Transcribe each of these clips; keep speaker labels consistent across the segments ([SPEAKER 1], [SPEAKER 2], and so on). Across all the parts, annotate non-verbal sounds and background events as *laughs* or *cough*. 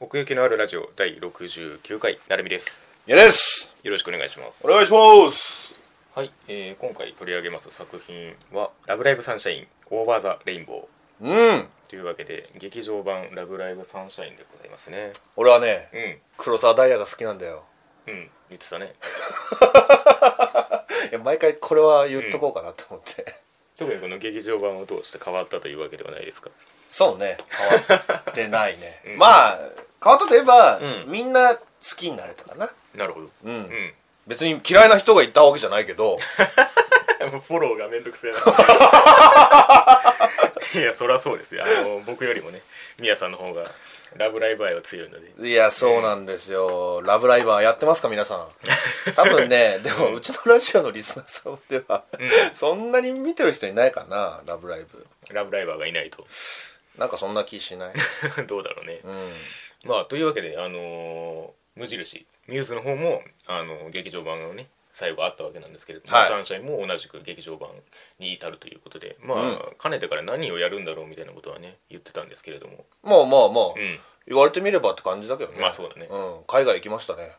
[SPEAKER 1] 奥行きのあるラジオ第69回なるみです
[SPEAKER 2] やです
[SPEAKER 1] よろしくお願いします
[SPEAKER 2] お願いします
[SPEAKER 1] はい、えー今回取り上げます作品は「ラブライブサンシャインオーバーザレインボ
[SPEAKER 2] うん
[SPEAKER 1] ー」というわけで劇場版「ラブライブサンシャイン」でございますね
[SPEAKER 2] 俺はね
[SPEAKER 1] うん
[SPEAKER 2] 黒沢ダイヤが好きなんだよ
[SPEAKER 1] うん言ってたね
[SPEAKER 2] いや毎回これは言っとこうかなと思って、
[SPEAKER 1] 特にこの劇場版を通して変わったというわけではないですか
[SPEAKER 2] そうね変わってない *laughs* ね、まあ変わったといえば、
[SPEAKER 1] うん
[SPEAKER 2] みんな好きになれたかな
[SPEAKER 1] なるほど
[SPEAKER 2] うん、
[SPEAKER 1] うん *laughs*
[SPEAKER 2] 別に嫌いな人がいたわけじゃないけ *laughs* ど
[SPEAKER 1] フォローがめんどくせえな *laughs* いやそりゃそうですよあの僕よりもねみやさんの方がラブライブ愛は強いので
[SPEAKER 2] いやそうなんですよ「ラブライバー」やってますか皆 *laughs* さん多分ねでもうちのラジオのリスナーさんでは、そんなに見てる人いないかな「ラブライブ
[SPEAKER 1] ラブライバーがいないと」 *laughs*
[SPEAKER 2] なんかそんな気しない
[SPEAKER 1] どうだろうね
[SPEAKER 2] うん
[SPEAKER 1] まあというわけであのー無印ミューズの方も、あのー劇場版のね最後あったわけなんですけれども、
[SPEAKER 2] はい
[SPEAKER 1] サンシャインも同じく劇場版に至るということでまあ、
[SPEAKER 2] う
[SPEAKER 1] かねてから何をやるんだろうみたいなことはね言ってたんですけれども
[SPEAKER 2] まあまあま
[SPEAKER 1] う
[SPEAKER 2] あ、
[SPEAKER 1] ん
[SPEAKER 2] 言われてみればって感じだけどね
[SPEAKER 1] まあそうだ
[SPEAKER 2] *laughs*
[SPEAKER 1] ね
[SPEAKER 2] ん、海外行きましたね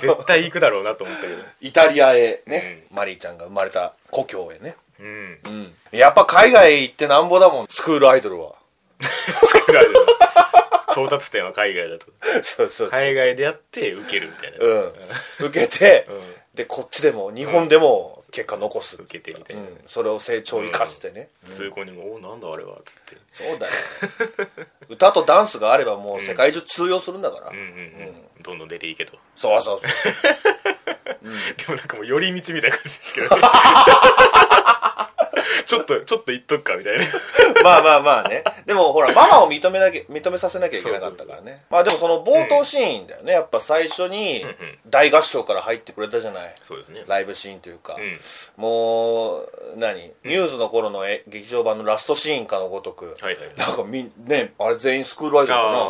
[SPEAKER 1] 絶対行くだろうなと思ったけど
[SPEAKER 2] イタリアへね、
[SPEAKER 1] *laughs*
[SPEAKER 2] マリーちゃんが生まれた故郷へね *laughs*
[SPEAKER 1] うん
[SPEAKER 2] うんやっぱ海外行ってなんぼだもんスクールアイ
[SPEAKER 1] *laughs*
[SPEAKER 2] ドルは
[SPEAKER 1] 到達点は海外だと
[SPEAKER 2] そうそうそう、
[SPEAKER 1] 海外でやって受けるみたいな、
[SPEAKER 2] うん受けて、
[SPEAKER 1] うん
[SPEAKER 2] でこっちでも日本でも結果残す、
[SPEAKER 1] 受けてみたいうな、
[SPEAKER 2] ん、それを成長生かしてね、
[SPEAKER 1] 通行にも「おなんだあれは」っつって
[SPEAKER 2] そうだよ歌とダンスがあればもう世界中通用するんだから、
[SPEAKER 1] うんうんうん、どんどん出ていけと、
[SPEAKER 2] そうそうそう
[SPEAKER 1] *laughs* でもなんかもう寄り道みたいな感じですけ *laughs* どねちょっとちょっと言っとくかみたいな
[SPEAKER 2] まあまあまあね。でもほら、ママを認めなきゃ、認めさせなきゃいけなかったからね。まあでもその冒頭シーンだよね。やっぱ最初に大合唱から入ってくれたじゃない。
[SPEAKER 1] そうですね
[SPEAKER 2] ライブシーンというか。
[SPEAKER 1] ん
[SPEAKER 2] もう、何ミューズの頃のえ劇場版のラストシーンかのごとく。
[SPEAKER 1] はいはい
[SPEAKER 2] なんかみん、ね、あれ全員スクールアイドルか
[SPEAKER 1] あ
[SPEAKER 2] な。
[SPEAKER 1] あ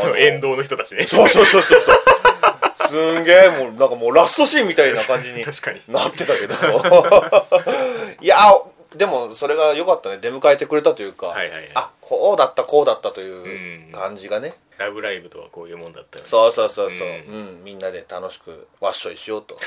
[SPEAKER 2] あ
[SPEAKER 1] *laughs* の
[SPEAKER 2] の
[SPEAKER 1] 沿道の人たちね
[SPEAKER 2] そうそうそうそうそう。すんげえ、もうなんかもうラストシーンみたいな感じに
[SPEAKER 1] 確かに
[SPEAKER 2] なってたけど。 *laughs* いや、でもそれが良かったね。出迎えてくれたというか、
[SPEAKER 1] はいはいはい
[SPEAKER 2] あ、こうだった、こうだったと
[SPEAKER 1] んう
[SPEAKER 2] い
[SPEAKER 1] ん
[SPEAKER 2] う感じがね。
[SPEAKER 1] 「ラブライブ!」とはこういうもんだったよね
[SPEAKER 2] そうそうそうそう、
[SPEAKER 1] う
[SPEAKER 2] うん。みんなで楽しくわっしょいしようと。 *laughs*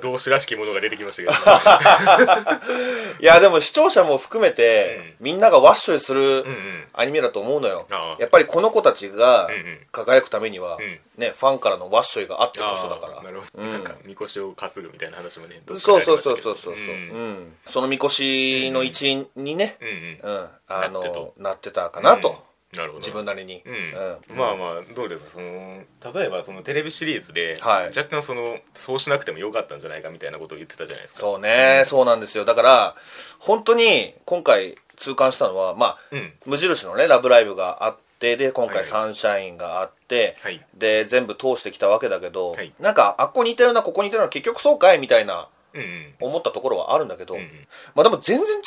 [SPEAKER 1] 動詞らしきものが出てきましたけ
[SPEAKER 2] いや、でも視聴者も含めて、みんながわっしょいす
[SPEAKER 1] ど、
[SPEAKER 2] る
[SPEAKER 1] うん
[SPEAKER 2] アニメだと思うのよ
[SPEAKER 1] ああ。
[SPEAKER 2] やっぱりこの子たちが
[SPEAKER 1] んうん
[SPEAKER 2] 輝くためには、
[SPEAKER 1] ん
[SPEAKER 2] ね、ファンからのわっしょいがあって
[SPEAKER 1] *laughs* あ
[SPEAKER 2] こ
[SPEAKER 1] あ
[SPEAKER 2] そだから。
[SPEAKER 1] なるほど、なんかみこしを担ぐみたいな話もねどっか
[SPEAKER 2] そう
[SPEAKER 1] でありましたけど
[SPEAKER 2] そうそうそうそうそう、
[SPEAKER 1] ん
[SPEAKER 2] うんそのみこしの一員にね、
[SPEAKER 1] うんうん
[SPEAKER 2] うん
[SPEAKER 1] なっ
[SPEAKER 2] あ
[SPEAKER 1] てと
[SPEAKER 2] のなってたかなと、
[SPEAKER 1] なるほど
[SPEAKER 2] 自分なりに、
[SPEAKER 1] う
[SPEAKER 2] うん
[SPEAKER 1] んまあまあどうですかその例えばそのテレビシリーズで、
[SPEAKER 2] はい
[SPEAKER 1] 若干そのそうしなくてもよかったんじゃないかみたいなことを言ってたじゃないですか
[SPEAKER 2] そうね、そうなんですよだから本当に今回痛感したのは、まあ
[SPEAKER 1] うん
[SPEAKER 2] 無印のね「ラブライブ!」があってで今
[SPEAKER 1] はい
[SPEAKER 2] 回「サンシャイン」があって、
[SPEAKER 1] はい
[SPEAKER 2] で全部通してきたわけだけど、
[SPEAKER 1] はい
[SPEAKER 2] なんかあっこ似たようなここ似たような結局そうかいみたいな
[SPEAKER 1] うんうん
[SPEAKER 2] 思ったところはあるんだけど、
[SPEAKER 1] ん
[SPEAKER 2] まあでも全然違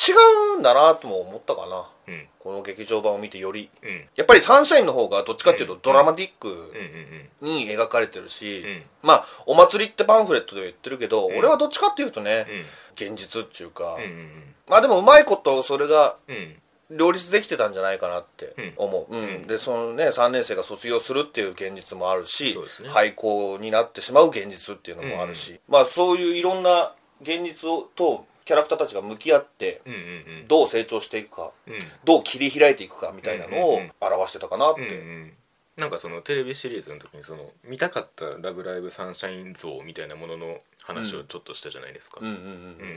[SPEAKER 2] うんだなとも思ったかな、
[SPEAKER 1] うん
[SPEAKER 2] この劇場版を見てより
[SPEAKER 1] うんうん
[SPEAKER 2] やっぱりサンシャインの方がどっちかっていうとドラマティック
[SPEAKER 1] うんうん
[SPEAKER 2] に描かれてるし、
[SPEAKER 1] ん
[SPEAKER 2] まあお祭りってパンフレットで言ってるけど、俺はどっちかっていうとね、現実っていうか、
[SPEAKER 1] うんうん
[SPEAKER 2] まあでもうまいことそれが
[SPEAKER 1] うんうん
[SPEAKER 2] 両立できてたんじゃないかなって思う、うんでそのね3年生が卒業するっていう現実もあるし、
[SPEAKER 1] そうですね
[SPEAKER 2] 廃校になってしまう現実っていうのもあるし、まあそういういろんな現実をとキャラクターたちが向き合って
[SPEAKER 1] うんうんうん
[SPEAKER 2] どう成長していくか、
[SPEAKER 1] うん
[SPEAKER 2] どう切り開いていくかみたいなの
[SPEAKER 1] うん
[SPEAKER 2] を
[SPEAKER 1] うん
[SPEAKER 2] 表してたかなって、
[SPEAKER 1] うんうんなんかそのテレビシリーズの時にその見たかった「ラブライブサンシャイン像」みたいなものの話をちょっとしたじゃないですか、
[SPEAKER 2] うんうんうん
[SPEAKER 1] う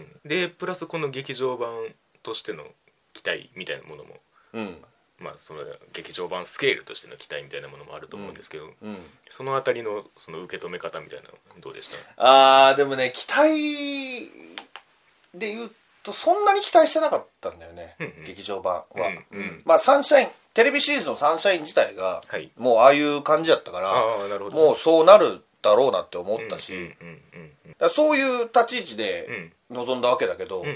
[SPEAKER 1] んでプラスこの劇場版としての期待みたいなものも
[SPEAKER 2] うん
[SPEAKER 1] まあ、その劇場版スケールとしての期待みたいなものもあると思うんですけど、
[SPEAKER 2] うん
[SPEAKER 1] そのあたりのその受け止め方みたいなのどうでした
[SPEAKER 2] あーでもね期待で言うとそんなに期待してなかったんだよね、
[SPEAKER 1] んうん
[SPEAKER 2] 劇場版は、
[SPEAKER 1] うんうん
[SPEAKER 2] まあサンシャインテレビシリーズのサンシャイン自体が、
[SPEAKER 1] はい
[SPEAKER 2] もうああいう感じやったから
[SPEAKER 1] あーなるほど
[SPEAKER 2] もうそうなるだろうなって思ったし、
[SPEAKER 1] うんうんうんうん
[SPEAKER 2] だらそういう立ち位置
[SPEAKER 1] う
[SPEAKER 2] で
[SPEAKER 1] ん
[SPEAKER 2] 臨んだわけだけど、
[SPEAKER 1] うん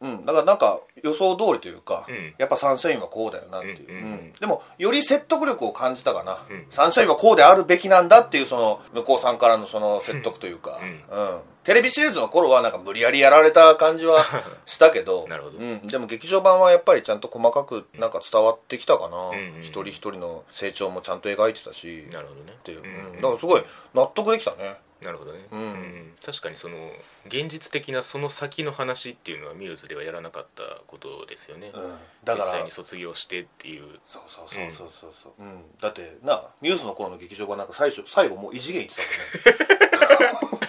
[SPEAKER 1] うん
[SPEAKER 2] うん、だからなんか予想通りというか、
[SPEAKER 1] うん
[SPEAKER 2] やっぱサンシャインはこうだよなっていう、
[SPEAKER 1] うんうんうん
[SPEAKER 2] でもより説得力を感じたかな、
[SPEAKER 1] ん
[SPEAKER 2] サンシャインはこうであるべきなんだっていうその向こうさんからのその説得というか、うんテレビシリーズの頃はなんか無理やりやられた感じはしたけど
[SPEAKER 1] なるほど
[SPEAKER 2] うん、でも劇場版はやっぱりちゃんと細かくなんか伝わってきたか
[SPEAKER 1] ん
[SPEAKER 2] な、
[SPEAKER 1] うんうん
[SPEAKER 2] 一人一人の成長もちゃんと描いてたし
[SPEAKER 1] なるほどね
[SPEAKER 2] っていう、
[SPEAKER 1] うん
[SPEAKER 2] うんだからすごい納得できたね
[SPEAKER 1] なるほどね、
[SPEAKER 2] ん
[SPEAKER 1] 確かにその現実的なその先の話っていうのはミューズではやらなかったことですよね、
[SPEAKER 2] うんだから
[SPEAKER 1] 実際に卒業してっていう
[SPEAKER 2] そうそうそうそうそうそう、うんだってなミューズの頃の劇場版なんか最初最後もう異次元行ってたもんね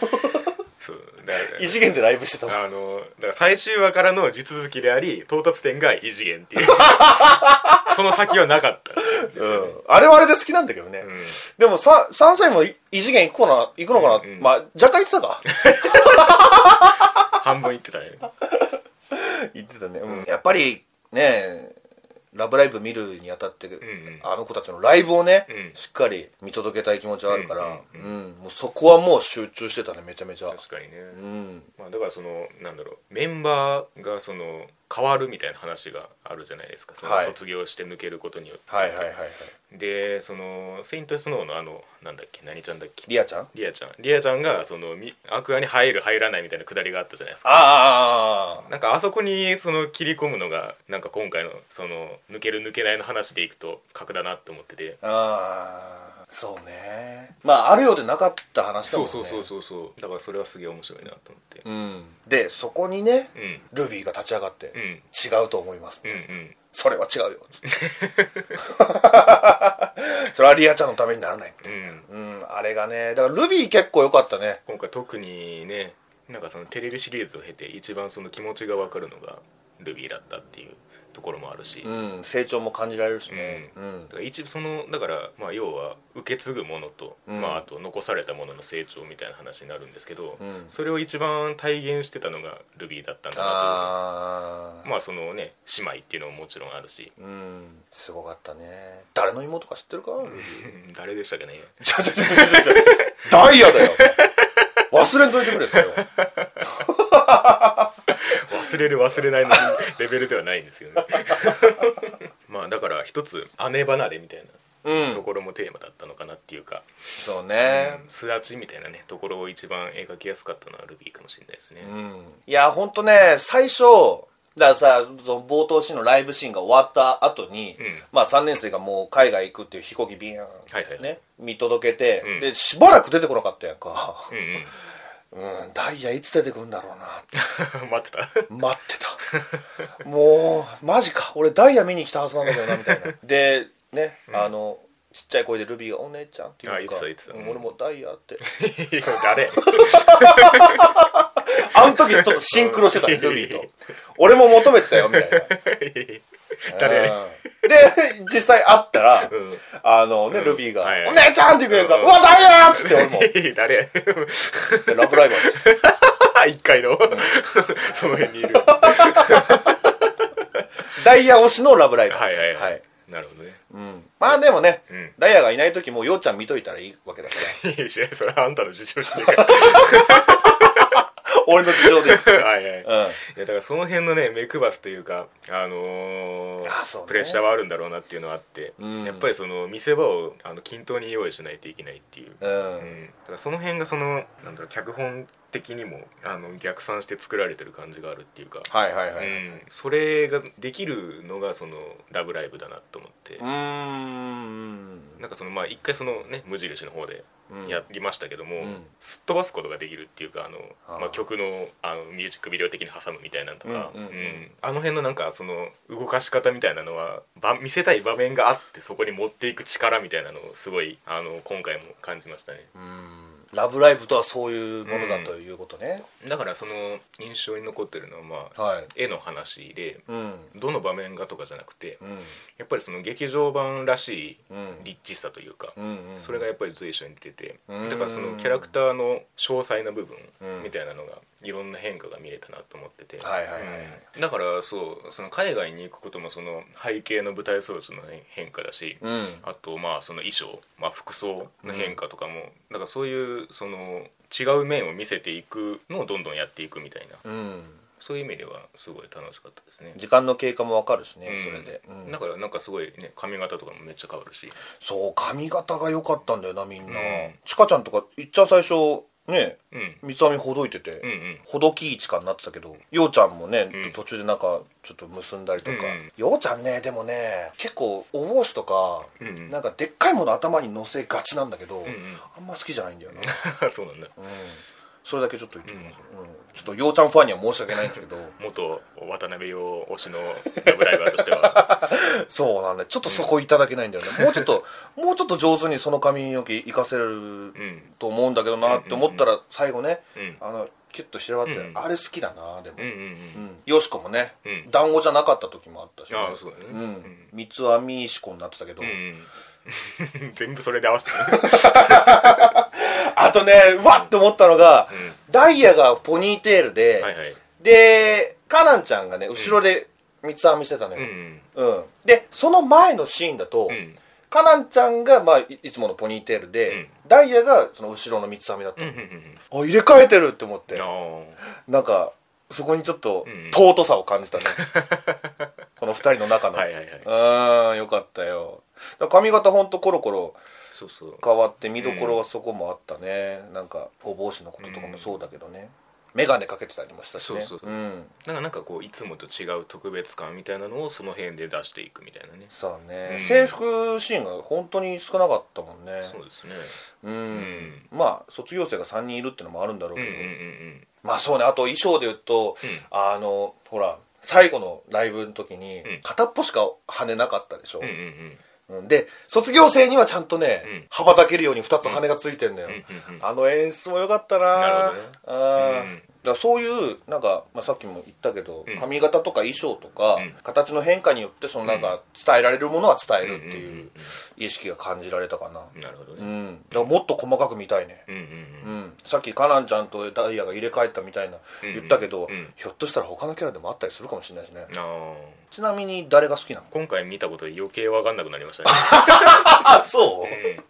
[SPEAKER 1] そうだから
[SPEAKER 2] *laughs* 異次元でライブしてたもん
[SPEAKER 1] あのだから最終話からの地続きであり到達点が異次元って
[SPEAKER 2] *laughs*
[SPEAKER 1] いうその先はなかったんですよね、
[SPEAKER 2] うんあれはあれで好きなんだけどね、
[SPEAKER 1] うん
[SPEAKER 2] でもさ3歳もい異次元行くかな行くのかな、
[SPEAKER 1] うんうん
[SPEAKER 2] まあ若干言ってた *laughs* か
[SPEAKER 1] 半分言ってたね
[SPEAKER 2] 言ってたね、うんやっぱりねラブライブ見るにあたって、
[SPEAKER 1] ん
[SPEAKER 2] あの子たちのライブをね、
[SPEAKER 1] うん
[SPEAKER 2] しっかり見届けたい気持ちはあるから、うんもうそこはもう集中してたねめちゃめちゃ
[SPEAKER 1] 確かにね、
[SPEAKER 2] うん
[SPEAKER 1] まあ、だからそのなんだろうメンバーがその変わるみたいな話があるじゃないですかその
[SPEAKER 2] はい
[SPEAKER 1] 卒業して抜けることによって、
[SPEAKER 2] はいはいはいはい
[SPEAKER 1] でそのセイント・スノーのあのなんだっけ何ちゃんだっけ
[SPEAKER 2] リアちゃんあ
[SPEAKER 1] リアちゃんリアちゃんがそのみアクアに入る入らないみたいなくだりがあったじゃないですか
[SPEAKER 2] あ
[SPEAKER 1] なんかあそこにその切り込むのがなんか今回のその抜ける抜けないの話でいくと格だなって思ってて
[SPEAKER 2] ああそうねまああるようでなかった話だ
[SPEAKER 1] そ
[SPEAKER 2] も
[SPEAKER 1] う
[SPEAKER 2] んね
[SPEAKER 1] そうそうそうそうだからそれはすげえ面白いなと思って
[SPEAKER 2] うん、でそこにね、
[SPEAKER 1] うん
[SPEAKER 2] ルビーが立ち上がって、
[SPEAKER 1] うん
[SPEAKER 2] 違うと思います、
[SPEAKER 1] うんうん
[SPEAKER 2] それは違うよ
[SPEAKER 1] *laughs*
[SPEAKER 2] つってそれはリアちゃんのためにならないみたい
[SPEAKER 1] うん
[SPEAKER 2] なうん、あれがねだからルビー結構良かったね
[SPEAKER 1] 今回特にねなんかそのテレビシリーズを経て一番その気持ちが分かるのがルビーだったっていうところもあるし、
[SPEAKER 2] うん成長も感じられるしね
[SPEAKER 1] う
[SPEAKER 2] うんん、
[SPEAKER 1] だから一そのだから、まあ、要は受け継ぐものと、
[SPEAKER 2] うん
[SPEAKER 1] まあ、あと残されたものの成長みたいな話になるんですけど、
[SPEAKER 2] うん
[SPEAKER 1] それを一番体現してたのがルビーだったんだな
[SPEAKER 2] あ
[SPEAKER 1] と
[SPEAKER 2] あ
[SPEAKER 1] まあそのね姉妹っていうのももちろんあるし
[SPEAKER 2] うんすごかったね誰の妹か知ってるかルビ
[SPEAKER 1] *laughs*
[SPEAKER 2] ー
[SPEAKER 1] 誰でしたっけね
[SPEAKER 2] ちょちょちょちょちょダイヤだよ忘れんといてくれそれは
[SPEAKER 1] 忘れる忘れないのレベルではないんですよ
[SPEAKER 2] *laughs*
[SPEAKER 1] ねまあだから一つ姉離れみたいなところもテーマだったのかなっていうか、
[SPEAKER 2] そうね
[SPEAKER 1] 巣立ちみたいなねところを一番描きやすかったのはルビーかもしれないですね、
[SPEAKER 2] うんいやほんとね最初だからさその冒頭シーンのライブシーンが終わった後に、
[SPEAKER 1] ん
[SPEAKER 2] まあ3年生がもう海外行くっていう飛行機ビーン、
[SPEAKER 1] はいはい
[SPEAKER 2] ね見届けて、
[SPEAKER 1] うん
[SPEAKER 2] でしばらく出てこなかったやんか
[SPEAKER 1] うんうん
[SPEAKER 2] うんダイヤいつ出てくるんだろうなって
[SPEAKER 1] *laughs* 待ってた
[SPEAKER 2] 待ってた *laughs* もうマジか俺ダイヤ見に来たはずなんだけどなみたい
[SPEAKER 1] *laughs*
[SPEAKER 2] なでね、あのちっちゃい声でルビーが「お姉ちゃん」っていうか
[SPEAKER 1] あ言ってた言ってた
[SPEAKER 2] うん俺もダイヤって
[SPEAKER 1] いや誰
[SPEAKER 2] あの時ちょっとシンクロしてたねルビーと俺も求めてたよみたいな
[SPEAKER 1] *laughs* 誰
[SPEAKER 2] うんで実際会ったら、
[SPEAKER 1] うん
[SPEAKER 2] あのね、ルビーが、
[SPEAKER 1] はいはい
[SPEAKER 2] お姉ちゃん!」って言うから、
[SPEAKER 1] う
[SPEAKER 2] うんわダイヤ!」
[SPEAKER 1] *laughs*
[SPEAKER 2] っつって俺も
[SPEAKER 1] 誰
[SPEAKER 2] 「ラブライバーです
[SPEAKER 1] 一回のその辺にいる
[SPEAKER 2] ダイヤ推しのラブライバー
[SPEAKER 1] はい
[SPEAKER 2] です」
[SPEAKER 1] はいはい、なるほどね
[SPEAKER 2] うんまあでもね、
[SPEAKER 1] ん
[SPEAKER 2] ダイヤがいない時もようちゃん見といたらいいわけだか
[SPEAKER 1] *laughs*
[SPEAKER 2] ら
[SPEAKER 1] いや知らないそれはあんたの事情して
[SPEAKER 2] *laughs*
[SPEAKER 1] るか
[SPEAKER 2] 俺の事情でいくと
[SPEAKER 1] らはいはい、
[SPEAKER 2] うん
[SPEAKER 1] いやだからその辺のね目配せというか、あのー
[SPEAKER 2] あそうね
[SPEAKER 1] プレッシャーはあるんだろうなっていうのはあって、
[SPEAKER 2] ん
[SPEAKER 1] やっぱりその見せ場をあの均等に用意しないといけないっていう、
[SPEAKER 2] うん
[SPEAKER 1] うんだからその辺がそのなんだろう脚本的にもあの逆算して作られてる感じがあるっていうか、
[SPEAKER 2] はいはいはい、
[SPEAKER 1] うん、それができるのがその「ラブライブ!」だなと思って、
[SPEAKER 2] うーん
[SPEAKER 1] なんかそのまあ一回そのね無印の方でやりましたけども、
[SPEAKER 2] ん
[SPEAKER 1] すっ飛ばすことができるっていうかあの
[SPEAKER 2] あー
[SPEAKER 1] まあ、曲のあのミュージックビデオ的に挟むみたいなのとか、
[SPEAKER 2] うんうんうん
[SPEAKER 1] あの辺のなんかその動かし方みたいなのはば見せたい場面があってそこに持っていく力みたいなのをすごいあの今回も感じましたね
[SPEAKER 2] うんラブライブとはそういうものだということね、
[SPEAKER 1] だからその印象に残ってるのはまあ、
[SPEAKER 2] はい
[SPEAKER 1] 絵の話で
[SPEAKER 2] うん
[SPEAKER 1] どの場面がとかじゃなくて、
[SPEAKER 2] うん
[SPEAKER 1] やっぱりその劇場版らしい
[SPEAKER 2] うん
[SPEAKER 1] リッチさというか、
[SPEAKER 2] うんうん
[SPEAKER 1] それがやっぱり随所に出てて
[SPEAKER 2] うん
[SPEAKER 1] だからそのキャラクターの詳細な部分
[SPEAKER 2] うん
[SPEAKER 1] みたいなのがいろんな変化が見れたなと思ってて、
[SPEAKER 2] はいはいはいはい
[SPEAKER 1] うんだからそうその海外に行くこともその背景の舞台装置の変化だし、
[SPEAKER 2] うん
[SPEAKER 1] あとまあその衣装、まあ、服装の変化とかも、だからそういうその違う面を見せていくのをどんどんやっていくみたいな
[SPEAKER 2] うん
[SPEAKER 1] そういう意味ではすごい楽しかったですね
[SPEAKER 2] 時間の経過もわかるしね、それで、
[SPEAKER 1] うん
[SPEAKER 2] うん
[SPEAKER 1] だからなんかすごいね髪型とかもめっちゃ変わるし
[SPEAKER 2] そう髪型が良かったんだよなみんな、
[SPEAKER 1] ん
[SPEAKER 2] ちかちゃんとかいっちゃん最初ね
[SPEAKER 1] うん
[SPEAKER 2] 三つ編みほどいてて、
[SPEAKER 1] うんうん
[SPEAKER 2] ほどきいちかになってたけどようちゃんもね、
[SPEAKER 1] うん
[SPEAKER 2] 途中でなんかちょっと結んだりとか、
[SPEAKER 1] うんうん
[SPEAKER 2] ようちゃんねでもね結構お帽子とか、
[SPEAKER 1] うんうん
[SPEAKER 2] なんかでっかいもの頭に乗せがちなんだけど、
[SPEAKER 1] ん
[SPEAKER 2] あんま好きじゃないんだよな、
[SPEAKER 1] そうなん *laughs* だ
[SPEAKER 2] それだけちょっと言っておきます、うんちょっとようちゃんファンには申し訳ないんですけど
[SPEAKER 1] 元渡辺陽推しのラブライバーとして *laughs* は
[SPEAKER 2] そうなんだちょっとそこいただけないんだよね、もうちょ
[SPEAKER 1] *laughs*
[SPEAKER 2] っともうちょっと上手にその髪の毛活かせる
[SPEAKER 1] うん
[SPEAKER 2] と思うんだけどなって思ったら最後ね、
[SPEAKER 1] うん
[SPEAKER 2] あのキュッと仕上がって、
[SPEAKER 1] うん
[SPEAKER 2] あれ好きだなでも、
[SPEAKER 1] うんうんうん
[SPEAKER 2] うんよしこもね、
[SPEAKER 1] うん
[SPEAKER 2] 団子じゃなかった時もあったし、ね、
[SPEAKER 1] ああそうだね
[SPEAKER 2] うん、三つ編みしこになってたけど、
[SPEAKER 1] うん全部それで合わせてね
[SPEAKER 2] あとねうわっと思ったのが、ダイヤがポニーテールで、
[SPEAKER 1] はいはい
[SPEAKER 2] でカナンちゃんがね後ろで三つ編みしてたの
[SPEAKER 1] うんう
[SPEAKER 2] よ、
[SPEAKER 1] ん
[SPEAKER 2] うんでその前のシーンだと、
[SPEAKER 1] ん
[SPEAKER 2] カナンちゃんが、まあ、いいつものポニーテールで、
[SPEAKER 1] うん
[SPEAKER 2] ダイヤがその後ろの三つ編みだった
[SPEAKER 1] う
[SPEAKER 2] の、
[SPEAKER 1] んうんうん
[SPEAKER 2] あ入れ替えてるって思って、
[SPEAKER 1] ああ
[SPEAKER 2] なんかそこにちょっと
[SPEAKER 1] うん
[SPEAKER 2] 尊さを
[SPEAKER 1] *laughs*
[SPEAKER 2] 感じたね、この二人の中の
[SPEAKER 1] はいはいはいう
[SPEAKER 2] ーんよかったよだから髪型ほんとコロコロ
[SPEAKER 1] そうそう
[SPEAKER 2] 変わって見どころはそこもあったね、なんかお帽子のこととかもそうだけどね、眼鏡かけてたりもしたしね
[SPEAKER 1] そうそうそ
[SPEAKER 2] うん
[SPEAKER 1] なんかなんかこういつもと違う特別感みたいなのをその辺で出していくみたいなね
[SPEAKER 2] そうね、
[SPEAKER 1] うん
[SPEAKER 2] 制服シーンが本当に少なかったもんね
[SPEAKER 1] そうですね
[SPEAKER 2] うん、
[SPEAKER 1] ん
[SPEAKER 2] まあ卒業生が3人いるってのもあるんだろう
[SPEAKER 1] う
[SPEAKER 2] け
[SPEAKER 1] ん
[SPEAKER 2] ど、
[SPEAKER 1] うんうん
[SPEAKER 2] まあそうねあと衣装で言うと、あのほら最後のライブの時に
[SPEAKER 1] うん
[SPEAKER 2] 片っぽしか羽なかったでしょ、
[SPEAKER 1] うんうんうんうん
[SPEAKER 2] うんで卒業生にはちゃんとね、
[SPEAKER 1] うん
[SPEAKER 2] 羽ばたけるように2つ羽がついてんだよ、
[SPEAKER 1] うんうんうん
[SPEAKER 2] あの演出も良かったな
[SPEAKER 1] なる
[SPEAKER 2] あー
[SPEAKER 1] うん
[SPEAKER 2] だからそういうなんか、まあ、さっきも言ったけど、
[SPEAKER 1] うん
[SPEAKER 2] 髪型とか衣装とか、
[SPEAKER 1] ん
[SPEAKER 2] 形の変化によってそのなんか伝えられるものは伝える
[SPEAKER 1] う
[SPEAKER 2] って
[SPEAKER 1] んうん
[SPEAKER 2] いうう意識が感じられたかな、
[SPEAKER 1] なるほど
[SPEAKER 2] う
[SPEAKER 1] ね
[SPEAKER 2] んだからもっと細かく見たいね、
[SPEAKER 1] うんうん
[SPEAKER 2] う
[SPEAKER 1] うん
[SPEAKER 2] ん、さっきカナンちゃんとダイヤが入れ替えたみたいな
[SPEAKER 1] うん
[SPEAKER 2] 言ったけど、
[SPEAKER 1] うん
[SPEAKER 2] ひょっとしたら他のキャラでもあったりするかもしれないしね、
[SPEAKER 1] ああ
[SPEAKER 2] ちなみに誰が好きなの
[SPEAKER 1] 今回見たことで余計わかんなくなりましたね
[SPEAKER 2] あ
[SPEAKER 1] *laughs* うん
[SPEAKER 2] そう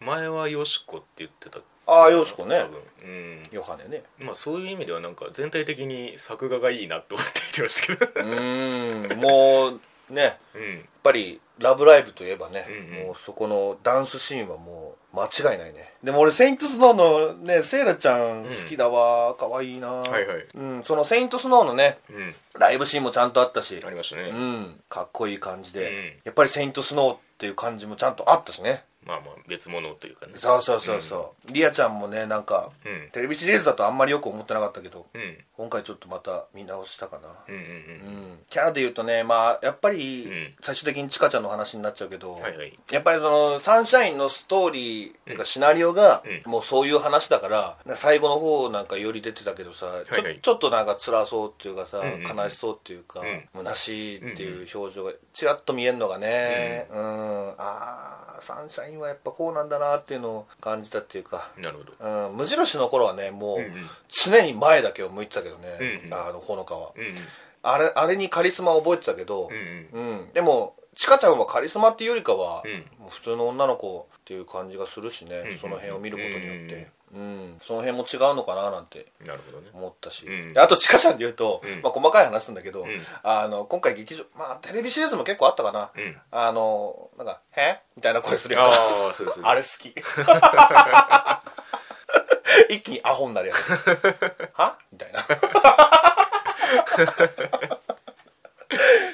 [SPEAKER 1] 前はよしこって言ってた
[SPEAKER 2] ああよしこね
[SPEAKER 1] 多分うん
[SPEAKER 2] ヨハネね
[SPEAKER 1] まあそういう意味ではなんか全体的に作画がいいなと思って見てましたけど
[SPEAKER 2] うーんもうねやっ
[SPEAKER 1] うん
[SPEAKER 2] ぱり「ラブライブ!」といえばね、
[SPEAKER 1] うんうん
[SPEAKER 2] もうそこのダンスシーンはもう間違いないねでも俺「セイントスノーのねセイラちゃん好きだわ可愛、いいなはい
[SPEAKER 1] はい
[SPEAKER 2] うん、その「セイントスノーのね
[SPEAKER 1] うん
[SPEAKER 2] ライブシーンもちゃんとあったし
[SPEAKER 1] ありましたね
[SPEAKER 2] うんかっこいい感じで、
[SPEAKER 1] うん
[SPEAKER 2] やっぱり「セイントスノーっていう感じもちゃんとあったしね
[SPEAKER 1] まあまあ別物というかね
[SPEAKER 2] そうそうそうそう、リアちゃんもねなんか、
[SPEAKER 1] うん
[SPEAKER 2] テレビシリーズだとあんまりよく思ってなかったけど、
[SPEAKER 1] うん
[SPEAKER 2] 今回ちょっとまた見直したかな、
[SPEAKER 1] うんうん
[SPEAKER 2] うんキャラで言うとねまあやっぱ
[SPEAKER 1] う
[SPEAKER 2] り
[SPEAKER 1] ん
[SPEAKER 2] 最終的にチカちゃんの話になっちゃうけど、
[SPEAKER 1] はいはい
[SPEAKER 2] やっぱりそのサンシャインのストーリーっていうかシナリオが
[SPEAKER 1] うん
[SPEAKER 2] もうそういう話だからな最後の方なんかより出てたけどさ、
[SPEAKER 1] はいはい
[SPEAKER 2] ちょちょっとなんか辛そうっていうかさ、
[SPEAKER 1] んうん
[SPEAKER 2] 悲しそうっていうか、
[SPEAKER 1] う
[SPEAKER 2] 虚しいっていう表情がちらっと見えるのがねうん、ああサンシャインはやっぱこうなんだなっていうのを感じたっていうか。
[SPEAKER 1] うんなるほど
[SPEAKER 2] うん、無印の頃はねもう
[SPEAKER 1] うん
[SPEAKER 2] 常に前だけを向いてたけどね、
[SPEAKER 1] うんうん
[SPEAKER 2] あのほのかは、
[SPEAKER 1] うんうん
[SPEAKER 2] あれあれにカリスマ覚えてたけど、
[SPEAKER 1] うん
[SPEAKER 2] うんでもちかちゃんはカリスマっていうよりかは、
[SPEAKER 1] うん
[SPEAKER 2] もう普通の女の子っていう感じがするしね、
[SPEAKER 1] うん
[SPEAKER 2] その辺を見ることによって、うんその辺も違うのかななんて
[SPEAKER 1] なるほどね
[SPEAKER 2] 思ったし、
[SPEAKER 1] うん
[SPEAKER 2] であとちかちゃんで言うと、
[SPEAKER 1] うん
[SPEAKER 2] まあ、細かい話なんだけど、
[SPEAKER 1] ん
[SPEAKER 2] あの今回劇場、まあ、テレビシリーズも結構あったかな、
[SPEAKER 1] うん
[SPEAKER 2] あのなんか「へみたいな声するやんか
[SPEAKER 1] ああそうです
[SPEAKER 2] あれ好 *laughs* き一気にアホにな *laughs* るやつはみたい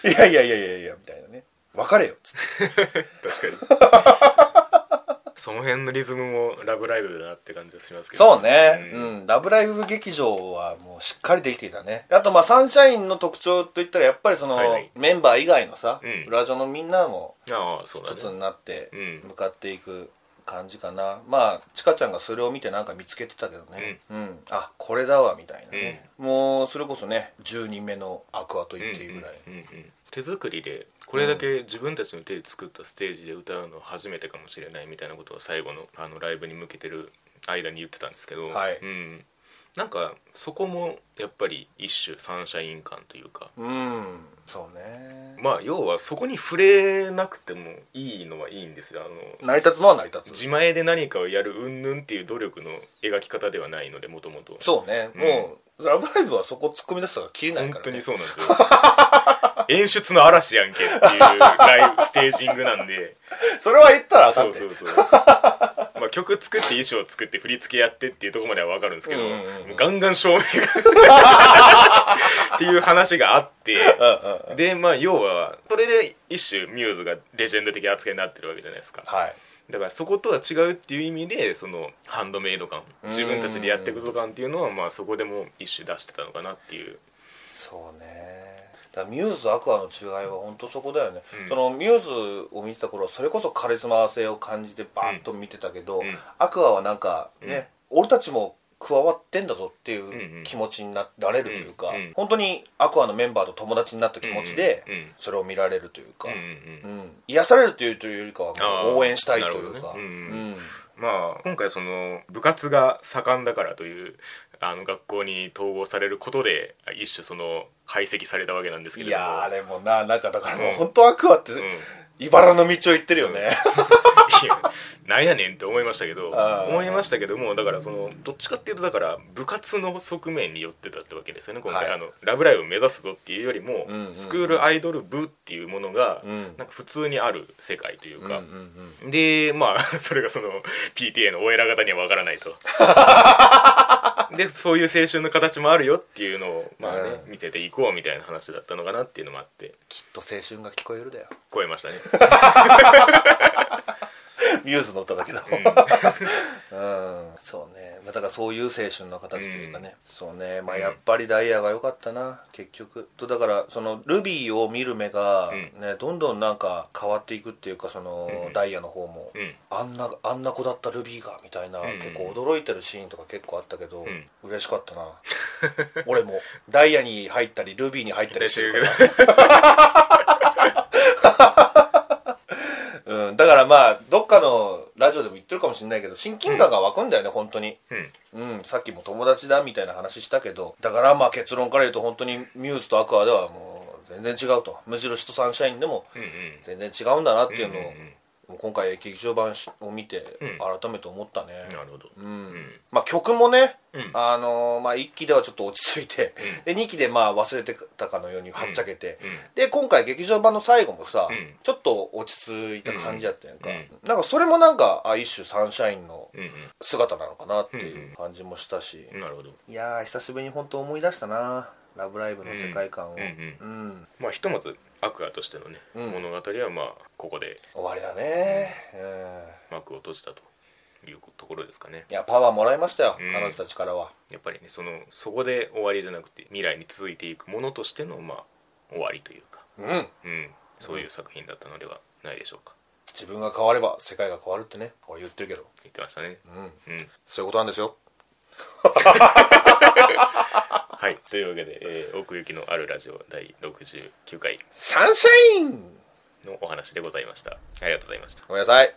[SPEAKER 2] ないやいやいやいやいやみたいなね別れよっつって
[SPEAKER 1] 確かにその辺のリズムも「ラブライブ!」だなって感じがしますけど
[SPEAKER 2] そうね、うんラブライブ!」劇場はもうしっかりできていたねあとまあサンシャインの特徴といったらやっぱりその、
[SPEAKER 1] はいはい
[SPEAKER 2] メンバー以外のさ、
[SPEAKER 1] うん
[SPEAKER 2] 裏女のみんなも
[SPEAKER 1] ああそうだ
[SPEAKER 2] 一つ
[SPEAKER 1] ね
[SPEAKER 2] になって
[SPEAKER 1] うん
[SPEAKER 2] 向かっていく感じかな、まあちかちゃんがそれを見てなんか見つけてたけどねうん、あこれだわみたいなね、もうそれこそね10人目のアクアと言っていいぐらい、
[SPEAKER 1] うんうんうん手作りでこれだけ自分たちの手で作ったステージで歌うの初めてかもしれないみたいなことを最後のあのライブに向けてる間に言ってたんですけど、
[SPEAKER 2] はい
[SPEAKER 1] うん、なんかそこもやっぱり一種サンシャイン感というか
[SPEAKER 2] うんそうね
[SPEAKER 1] まあ要はそこに触れなくてもいいのはいいんですよあの
[SPEAKER 2] 成り立つのは成り立つ
[SPEAKER 1] 自前で何かをやる云々っていう努力の描き方ではないのでもともと
[SPEAKER 2] そうね、もう「ラブライブ!」はそこ突っ込み出したら切れない
[SPEAKER 1] 本
[SPEAKER 2] から、ね、
[SPEAKER 1] 当にそうなんですよ *laughs* 演出の嵐やんけっていうライブステージングなんで
[SPEAKER 2] それは言ったらあか
[SPEAKER 1] そ
[SPEAKER 2] ん
[SPEAKER 1] う
[SPEAKER 2] て
[SPEAKER 1] そうそうまあ曲作って衣装作って振り付けやってっていうところまでは分かるんですけど、
[SPEAKER 2] うんうんうん
[SPEAKER 1] もうガンガン照明がっていう話があって
[SPEAKER 2] うんうんうん
[SPEAKER 1] でまあ要はそれで一種ミューズがレジェンド的扱いになってるわけじゃないですか
[SPEAKER 2] はい
[SPEAKER 1] だからそことは違うっていう意味でそのハンドメイド感
[SPEAKER 2] ん
[SPEAKER 1] 自分たちでやっていくぞ感っていうのはまあそこでも一種出してたのかなっていう
[SPEAKER 2] そうねだからミューズとアクアの違いは本当そこだよね、そのミューズを見てた頃はそれこそカリスマ性を感じてバーンと見てたけど、
[SPEAKER 1] ん
[SPEAKER 2] アクアはなんかね、俺たちも加わってんだぞって
[SPEAKER 1] んう
[SPEAKER 2] い
[SPEAKER 1] ん
[SPEAKER 2] う気持ちになられるというか、
[SPEAKER 1] うんうん
[SPEAKER 2] 本当にアクアのメンバーと友達になった気持ちで
[SPEAKER 1] うんうん
[SPEAKER 2] それを見られるというか、
[SPEAKER 1] うんうんうん
[SPEAKER 2] うん癒されるというというよりかは
[SPEAKER 1] あ
[SPEAKER 2] も
[SPEAKER 1] ー
[SPEAKER 2] う応援したいという
[SPEAKER 1] なる
[SPEAKER 2] か、
[SPEAKER 1] ほどねうん
[SPEAKER 2] うん
[SPEAKER 1] まあ今回その部活が盛んだからというあの学校に統合されることで一種その排斥されたわけなんですけ
[SPEAKER 2] い
[SPEAKER 1] れども
[SPEAKER 2] やーあれもななんかだからもう本当アクアって
[SPEAKER 1] ん
[SPEAKER 2] 茨の道を行ってるよね、
[SPEAKER 1] いやなんやねんって思いましたけど
[SPEAKER 2] あー
[SPEAKER 1] 思いましたけどもだからそのどっちかっていうとだから部活の側面に寄ってたってわけですよね今回、
[SPEAKER 2] はい
[SPEAKER 1] あのラブライブを目指すぞっていうよりも、
[SPEAKER 2] うんうんうん
[SPEAKER 1] スクールアイドル部っていうものが、
[SPEAKER 2] ん
[SPEAKER 1] なんか普通にある世界という
[SPEAKER 2] うんう
[SPEAKER 1] か、
[SPEAKER 2] んうん
[SPEAKER 1] でまあ *laughs* それがその PTA のお偉方にはわからない
[SPEAKER 2] *laughs*
[SPEAKER 1] とでそういう青春の形もあるよっていうのを、まあね
[SPEAKER 2] う
[SPEAKER 1] 見せていこうみたいな話だったのかなっていうのもあって
[SPEAKER 2] *laughs* きっと青春が聞こえるだよ
[SPEAKER 1] 超えま
[SPEAKER 2] *laughs*
[SPEAKER 1] したね
[SPEAKER 2] ミューズの歌だけど *laughs* うん、そうねまあだからそういう青春の形というかね、そうねまあやっぱりダイヤが良かったな結局とだからそのルビーを見る目が、ねどんどんなんか変わっていくっていうかその、ダイヤの方も、
[SPEAKER 1] うん
[SPEAKER 2] あんなあんな子だったルビーがみたいな、
[SPEAKER 1] んうん
[SPEAKER 2] 結構驚いてるシーンとか結構あったけど、
[SPEAKER 1] ん
[SPEAKER 2] 嬉しかったな *laughs* 俺もダイヤに入ったりルビーに入ったりしてるから
[SPEAKER 1] 嬉しいけど
[SPEAKER 2] うん、だからまあどっかのラジオでも言ってるかもしれないけど親近感が湧くんだよね、本当に、
[SPEAKER 1] うん
[SPEAKER 2] うん、さっきも友達だみたいな話したけどだからまあ結論から言うと本当にミューズとアクアではもう全然違うとむしろ人サンシャインでも
[SPEAKER 1] うんうん
[SPEAKER 2] 全然違うんだなっていうのを、
[SPEAKER 1] うんうんうん
[SPEAKER 2] もう今回劇場版を見て
[SPEAKER 1] うん
[SPEAKER 2] 改めて思ったね、
[SPEAKER 1] なるほど、うん
[SPEAKER 2] まあ、曲もね、
[SPEAKER 1] うん
[SPEAKER 2] あのーまあ、1期ではちょっと落ち着いて、で2期でまあ忘れてたかのようにはっちゃけて、
[SPEAKER 1] うんうん
[SPEAKER 2] で今回劇場版の最後もさ、
[SPEAKER 1] うん
[SPEAKER 2] ちょっと落ち着いた感じやったやんか、
[SPEAKER 1] うん
[SPEAKER 2] なんかそれもなんかあ一種サンシャインの
[SPEAKER 1] うん
[SPEAKER 2] 姿なのかなっていう感じもしたし、
[SPEAKER 1] うんなるほど
[SPEAKER 2] いやー久しぶりに本当思い出したな「ラブライブ!」の世界観を、
[SPEAKER 1] うんうん
[SPEAKER 2] うん
[SPEAKER 1] まあひとまずアクアとしてのね、
[SPEAKER 2] ん
[SPEAKER 1] 物語はまあここで
[SPEAKER 2] 終わりだね、うん、
[SPEAKER 1] 幕を閉じたというところですかね
[SPEAKER 2] いやパワーもらいましたよ、
[SPEAKER 1] うん
[SPEAKER 2] 彼女たちからは
[SPEAKER 1] やっぱりねそのそこで終わりじゃなくて未来に続いていくものとしてのまあ終わりというか
[SPEAKER 2] うん
[SPEAKER 1] うんそういう作品だったのではないでしょうか
[SPEAKER 2] 自分が変われば世界が変わるってね俺言ってるけど
[SPEAKER 1] 言ってましたね
[SPEAKER 2] うん
[SPEAKER 1] うん、
[SPEAKER 2] そういうことなんですよ
[SPEAKER 1] はいというわけで、えー奥行きのあるラジオ第69回
[SPEAKER 2] サンシャイン
[SPEAKER 1] のお話でございましたありがとうございました
[SPEAKER 2] ごめんなさい